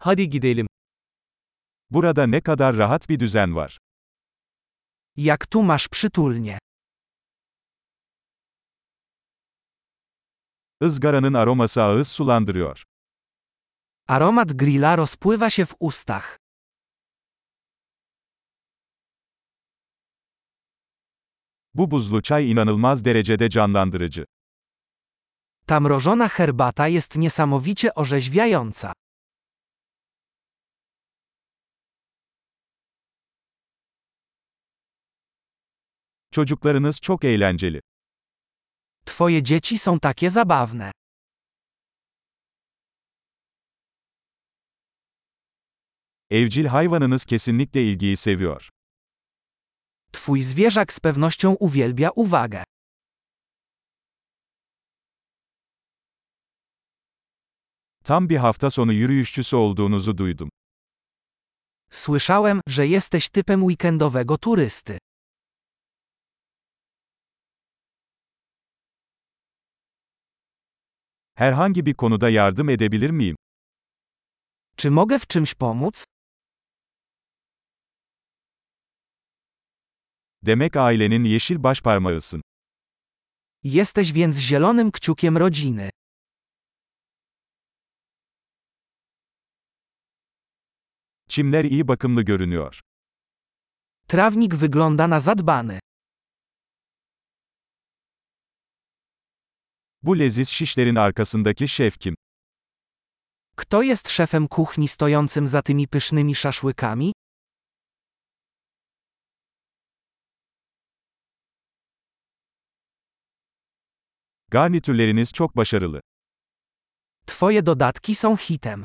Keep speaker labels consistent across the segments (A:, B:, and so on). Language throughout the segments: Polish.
A: Hadi gidelim.
B: Burada ne kadar rahat bir düzen var.
C: Jak tu masz przytulnie.
B: Izgaranın aroması ağız sulandırıyor.
C: Aromat grilla rozpływa się w ustach.
B: Bu buzlu çay inanılmaz derecede canlandırıcı.
C: Ta mrożona herbata jest niesamowicie orzeźwiająca.
B: Çocuklarınız çok eğlenceli.
C: Twoje dzieci są takie zabawne.
B: Evcil hayvanınız kesinlikle ilgiyi seviyor.
C: Twój zwierzak z pewnością uwielbia uwagę.
B: Tam bir hafta sonu yürüyüşçüsü olduğunuzu duydum.
C: Słyszałem, że jesteś typem weekendowego turysty.
B: Herhangi bir konuda yardım edebilir miyim?
C: Czy mogę w czymś pomóc?
B: Demek ailenin yeşil başparmağısın.
C: Jesteś więc zielonym kciukiem rodziny.
B: Çimler iyi bakımlı görünüyor.
C: Trawnik wygląda na zadbany.
B: Bu leziz şişlerin arkasındaki şef kim?
C: Kto jest szefem kuchni stojącym za tymi pysznymi szaszłykami?
B: Garnitürleriniz çok başarılı.
C: Twoje dodatki są hitem.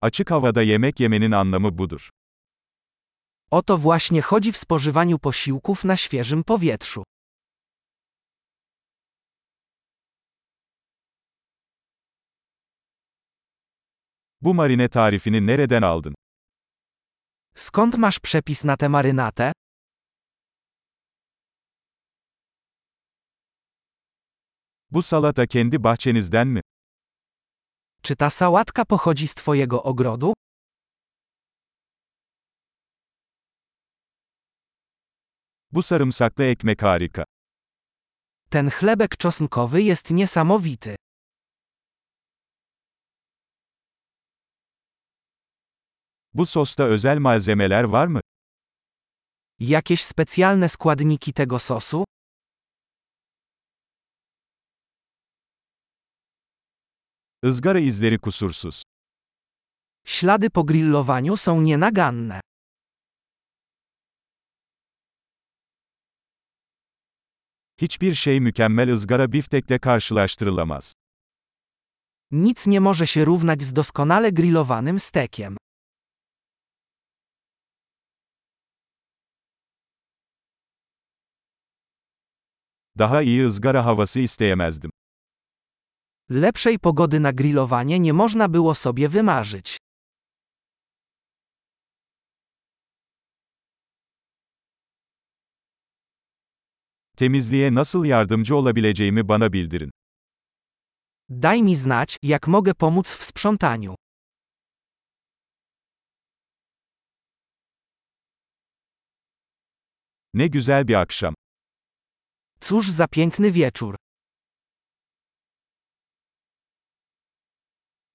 B: Açık havada yemek yemenin anlamı budur.
C: O to właśnie chodzi w spożywaniu posiłków na świeżym powietrzu.
B: Bu marine tarifini nereden aldın?
C: Skąd masz przepis na tę marynatę?
B: Bu salata kendi bahçenizden mi?
C: Czy ta sałatka pochodzi z Twojego ogrodu?
B: Bu sarımsaklı ekmek harika.
C: Ten chlebek czosnkowy jest niesamowity.
B: Bu sosta özel malzemeler var mı?
C: Jakieś specjalne składniki tego sosu?
B: Izgara izleri kusursuz.
C: Ślady po grillowaniu są nienaganne.
B: Hiçbir şey mükemmel ızgara biftekle karşılaştırılamaz.
C: Nic nie może się równać z doskonale grillowanym stekiem.
B: Daha iyi ızgara havası isteyemezdim.
C: Lepszej pogody na grillowanie nie można było sobie wymarzyć.
B: Temizliğe nasıl yardımcı olabileceğimi bana bildirin.
C: Daj mi znać, jak mogę pomóc w sprzątaniu.
B: Ne güzel bir akşam.
C: Cóż za piękny wieczór.